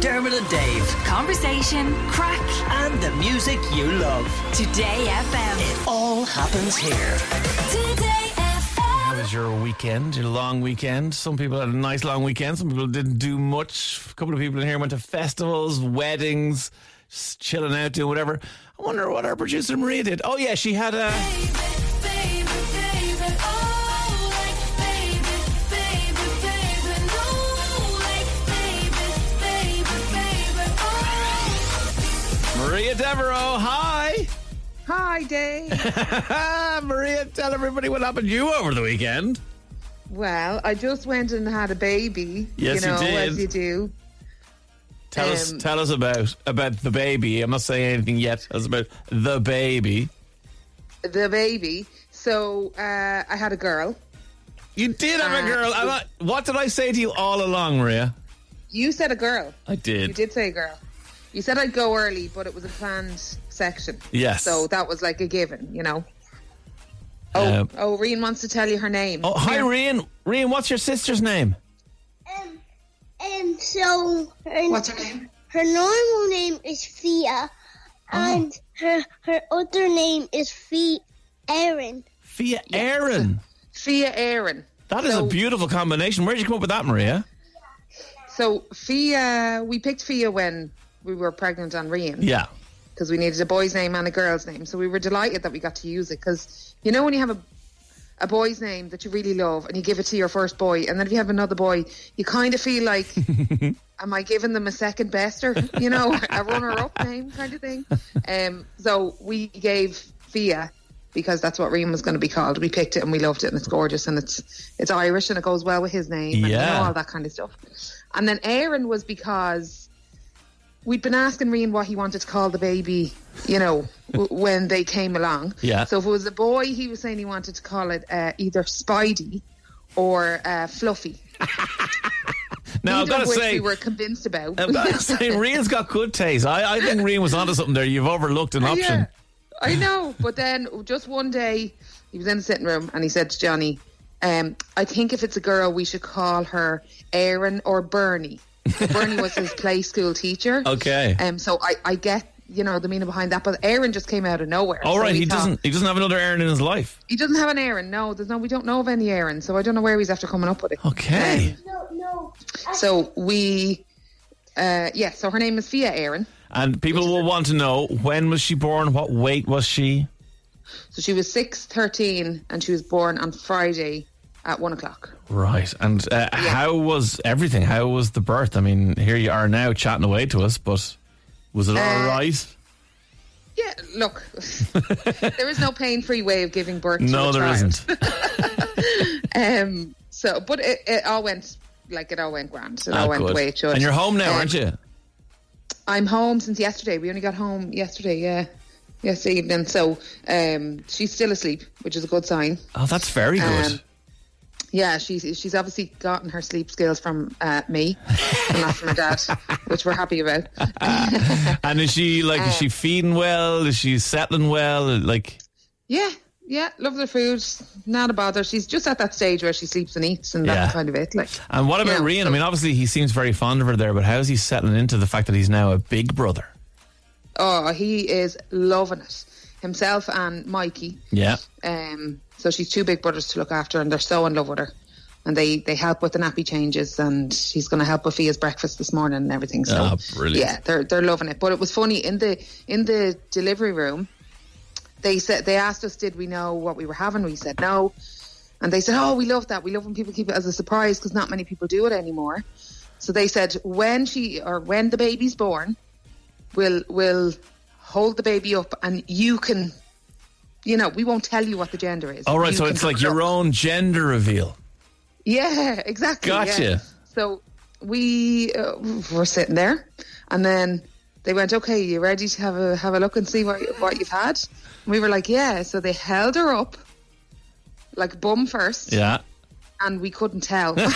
Dermot and Dave, Conversation, crack, and the music you love. Today FM. It all happens here. Today FM. How was your weekend? Your long weekend? Some people had a nice long weekend. Some people didn't do much. A couple of people in here went to festivals, weddings, just chilling out, doing whatever. I wonder what our producer Maria did. Oh yeah, she had a. Maria Devereaux. Hi, Hi, Dave. Maria. Tell everybody what happened to you over the weekend. well, I just went and had a baby. Yes, you you know, did. as you do. Tell us, Um, tell us about about the baby. I'm not saying anything yet. Tell us about the baby. The baby. So uh, I had a girl. You did have a Uh, girl. I'm not, what did I say to you all along, Maria? You said a girl. I did. You did say a girl. You said I'd go early, but it was a planned section. Yes. So that was like a given, you know. Oh, Um, oh, Reen wants to tell you her name. Oh, hi, Here. Rian. Rian, what's your sister's name? Um, and so her, What's her name? her normal name is Oh. Fia, and her her other name is Fee Erin. Fia Aaron. Fia Aaron. That is a So- beautiful combination. Where'd you come up with that, Maria? So Fia, we picked Fia when we were pregnant on Reen. Yeah. because we needed a boy's name and a girl's name. So we were delighted that we got to use it because you know when you have a a boy's name that you really love and you give it to your first boy, and then if you have another boy, you kind of feel like, am I giving them a second bester? You know, a runner-up name kind of thing. Um, so we gave Fia because that's what Reem was going to be called. We picked it and we loved it, and it's gorgeous and it's it's Irish and it goes well with his name and you Yeah. know, all that kind of stuff. And then Aaron was because we'd been asking Reen what he wanted to call the baby, you know, w- when they came along. Yeah. So if it was a boy, he was saying he wanted to call it uh, either Spidey or uh, Fluffy. Now, I've Neither got of to which say, we were convinced about. I've got to say, Rian's got good taste. I, I think Rian was onto something there. You've overlooked an option. Yeah, I know. But then just one day, he was in the sitting room and he said to Johnny, um, I think if it's a girl, we should call her Erin or Bernie. Bernie was his play school teacher. Okay. Um, so I, I get, you know, the meaning behind that. But Erin just came out of nowhere. All So right, we he thought- doesn't. He doesn't have another Aaron in his life. He doesn't have an Aaron. No, there's no. We don't know of any Aaron, so I don't know where he's after coming up with it. Okay. No, no. So we, uh, yeah. So her name is Fia Aaron. And people will want to know when was she born? What weight was she? So she was six thirteen, and she was born on Friday at one o'clock. Right. And uh, how was everything? How was the birth? I mean, here you are now chatting away to us, but was it all Uh, right? Yeah. Look, there is no pain-free way of giving birth. to No, a there child. isn't. Um. So, but it, it all went like it all went grand. It Ah, all went the good. way it should. And you're home now, Um, aren't you? I'm home since yesterday. We only got home yesterday. Yeah. Yes, evening. So um, she's still asleep, which is a good sign. Oh, that's very good. Um, Yeah, she's she's obviously gotten her sleep skills from uh, me and not from my dad, which we're happy about. and is she like? is Um, she feeding well? Is she settling well? Like, yeah, yeah, love the food, not a bother. She's just at that stage where she sleeps and eats, and that's Yeah. kind of it. Like, and what about Yeah, Rian? I mean, obviously he seems very fond of her there, but how's he settling into the fact that he's now a big brother? oh, he is loving it himself and Mikey. Yeah. Um, so she's two big brothers to look after, and they're so in love with her. And they, they help with the nappy changes, and she's going to help with Fia's breakfast this morning and everything. So Ah, brilliant. yeah, they're they're loving it. But it was funny in the in the delivery room. They said they asked us, did we know what we were having? We said no, and they said, oh, we love that. We love when people keep it as a surprise because not many people do it anymore. So they said when she or when the baby's born, we'll we'll hold the baby up and you can, you know, we won't tell you what the gender is. All right. You so can it's look like it up. your own gender reveal. Yeah, exactly. yeah. Gotcha. So we uh, were sitting there, and then they went, "Okay, you ready to have a have a look and see what what you've had?" And we were like, "Yeah." So they held her up, like bum first, Yeah. and we couldn't tell. we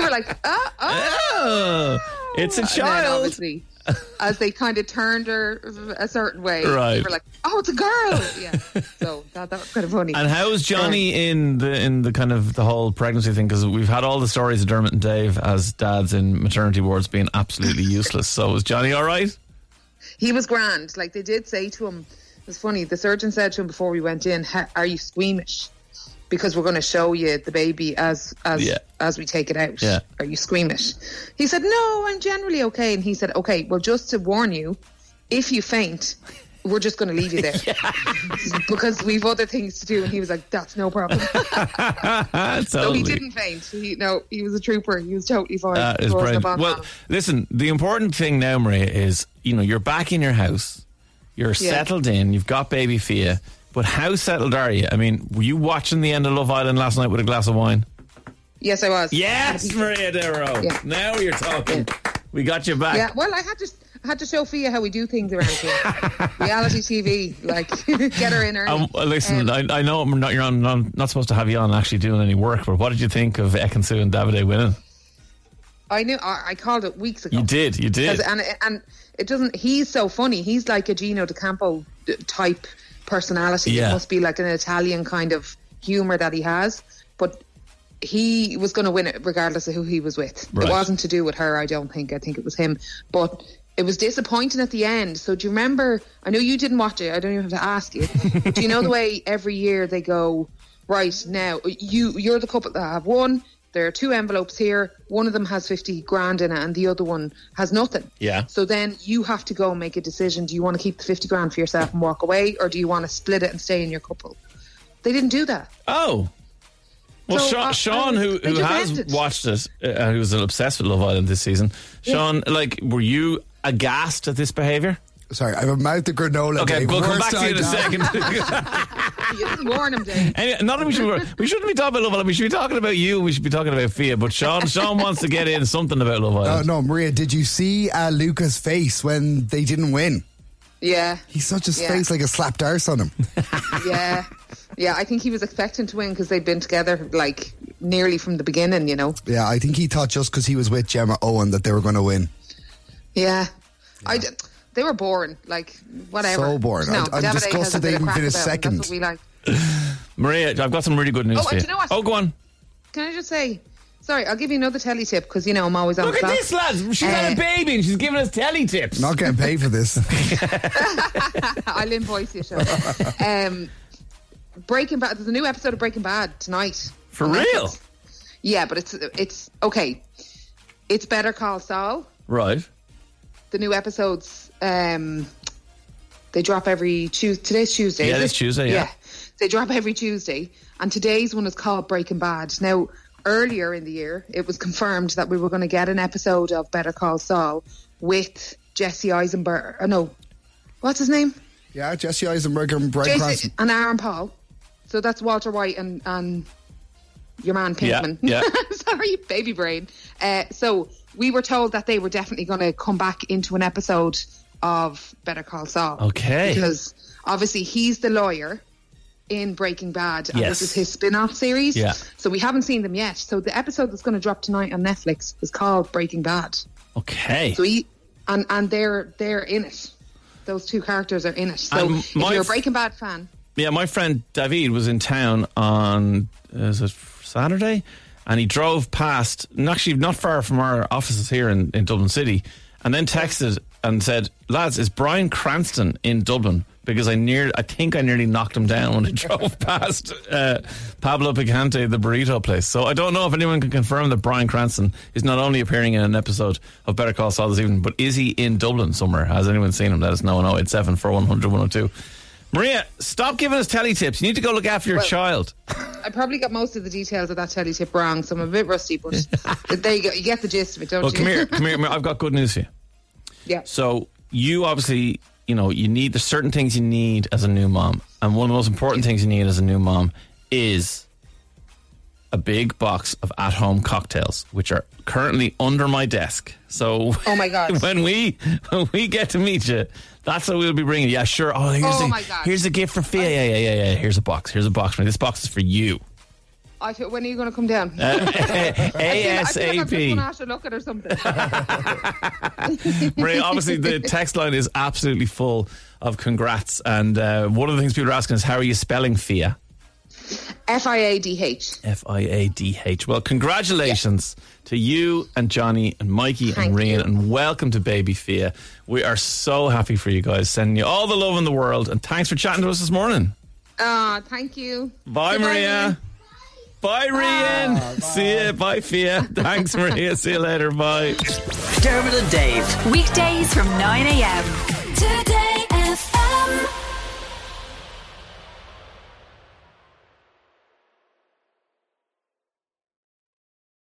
were like, "Oh, oh." Oh, it's a And then child. obviously, as they kind of turned her a certain way. Right. We were like, oh, it's a girl. Yeah. So that, that was kind of funny. And how is Johnny in the in the kind of the whole pregnancy thing? Because we've had all the stories of Dermot and Dave as dads in maternity wards being absolutely useless. So is Johnny all right? he was grand. Like they did say to him, it was funny. The surgeon said to him before we went in, "Ha- "Are you squeamish?" Because we're going to show you the baby as as Yeah. as we take it out. Yeah. Are you squeamish? He said, "No, I'm generally okay." And he said, "Okay, well, just to warn you, if you faint." We're just going to leave you there because we've other things to do. And he was like, "That's no problem." Ah, so totally. he didn't faint. He, no, he was a trooper. He was totally fine. That is There wasn't a brilliant. bond Well, on him. listen, the important thing now, Maria, is you know you're back in your house, you're Yeah. settled in, you've got baby Fia. But how settled are you? I mean, were you watching the end of Love Island last night with a glass of wine? yes, I was. Yes, Maria Dero. Yeah. Now you're talking. We got you back. Yeah, well, I had to, I had to show Fia how we do things around here. Reality TV, like get her in early. Um, well, listen, I, I know I'm not, you're on, not, not supposed to have you on actually doing any work, but what did you think of Ekansu and Davide winning? I knew, I, I called it weeks ago. You did, you did. 'Cause- and and it doesn't. He's so funny. He's like a Gino De Campo d- type personality. Yeah. It must be like an Italian kind of humor that he has, but. He was going to win it regardless of who he was with. Right. It wasn't to do with her, I don't think. I think it was him. But it was disappointing at the end. So do you remember? I know you didn't watch it. I don't even have to ask you. do you know the way every year they go right now? You you're the couple that have won. There are two envelopes here. One of them has fifty grand in it, and the other one has nothing. Yeah. So then you have to go and make a decision. Do you want to keep the fifty grand for yourself and walk away, or do you want to split it and stay in your couple? They didn't do that. Oh. Well, So, Sean, uh, Sean I- who, they who just has ended. watched it, uh, who's obsessed with Love Island this season, Sean, like, were you aghast at this behaviour? Sorry, I've a mouth of granola. Okay, Dave. we'll come Worst back to you in a idea. second. You didn't warn them, Dave. Anyway, not that we should be, we shouldn't be talking about Love Island. We should be talking about you. We should be talking about Fia. But Sean, Sean wants to get in something about Love Oh, Island. no, Maria, did you see uh, Luca's face when they didn't win? Yeah. He's such a Yeah. face like a slapped arse on him. yeah, yeah. I think he was expecting to win because they'd been together like nearly from the beginning. You know. yeah, I think he thought just because he was with Gemma Owen that they were going to win. Yeah. I d they were boring. Like whatever. So boring. No, I- I'm Davide disgusted has a they bit of even crack finished about him. second. That's what we like. Maria, I've got some really good news Oh, for and you. do you know what? Oh, go on. Can I just say? Sorry, I'll give you another telly tip because you know I'm always on. Look at the clock. this, lads. She's had Uh, a baby and she's giving us telly tips. Not getting paid for this. I'll invoice you. Sure. um, Breaking Bad. There's a new episode of Breaking Bad tonight. For on real? Netflix. Yeah, but it's it's okay. It's Better Call Saul. Right. the new episodes um they drop every Tuesday. Today's Tuesday. Yeah, is it's it? Tuesday, yeah. They drop every Tuesday, and today's one is called Breaking Bad. Now, earlier in the year, it was confirmed that we were going to get an episode of Better Call Saul with Jesse Eisenberg. Oh, no, what's his name? yeah, Jesse Eisenberg and Brian Jesse Cranston. and Aaron Paul. So that's Walter White and and your man Yeah, Pinkman. yeah. Sorry, baby brain. Uh, so we were told that they were definitely going to come back into an episode of Better Call Saul. Okay. Because obviously he's the lawyer in Breaking Bad, and Yes. this is his spin-off series. Yeah. So we haven't seen them yet. So the episode that's going to drop tonight on Netflix is called Breaking Bad. Okay. So he, and and they're they're in it. Those two characters are in it. So And if my you're a f- Breaking Bad fan, Yeah, my friend David was in town on is it Saturday, and he drove past, n- actually not far from our offices here in, in Dublin City, and then texted and said, "Lads, is Brian Cranston in Dublin?" Because I near, I think I nearly knocked him down when I drove past uh, Pablo Picante, the burrito place. So I don't know if anyone can confirm that Brian Cranston is not only appearing in an episode of Better Call Saul this evening, but is he in Dublin somewhere? Has anyone seen him? Let us know. No, it's seven four one hundred one hundred two. Maria, stop giving us telly tips. You need to go look after your child. I probably got most of the details of that telly tip wrong, so I'm a bit rusty. But there you go. You get the gist of it, don't Well, you? come here, come here, Maria. I've got good news for you. yeah. So you obviously, you know, you need there's certain things you need as a new mom, and one of the most important things you need as a new mom is a big box of at-home cocktails, which are currently under my desk. So, Oh my God. when we when we get to meet you, that's what we'll be bringing. Yeah, sure. Oh, here's Oh a, my God. here's a gift for Fia. Yeah, yeah, yeah, yeah. Here's a box. Here's a box. This box is for you. I feel, when are you going to come down? Uh, I feel like I'm just going to ASAP. have to look at or something. Maria, obviously, the text line is absolutely full of congrats. And uh, one of the things people are asking is, how are you spelling FIA? F I A D H. F I A D H. Well, congratulations to you and Johnny and Mikey and Thank Rhian, you. and welcome to Baby Fia. We are so happy for you guys, sending you all the love in the world, and thanks for chatting to us this morning. Ah, thank you. Bye, Goodbye, Maria. Bye, Rhian. Ah, See you. Bye, Fia. Thanks, Maria. See you later. Bye. Dermot and Dave. Weekdays from 9 a.m. Today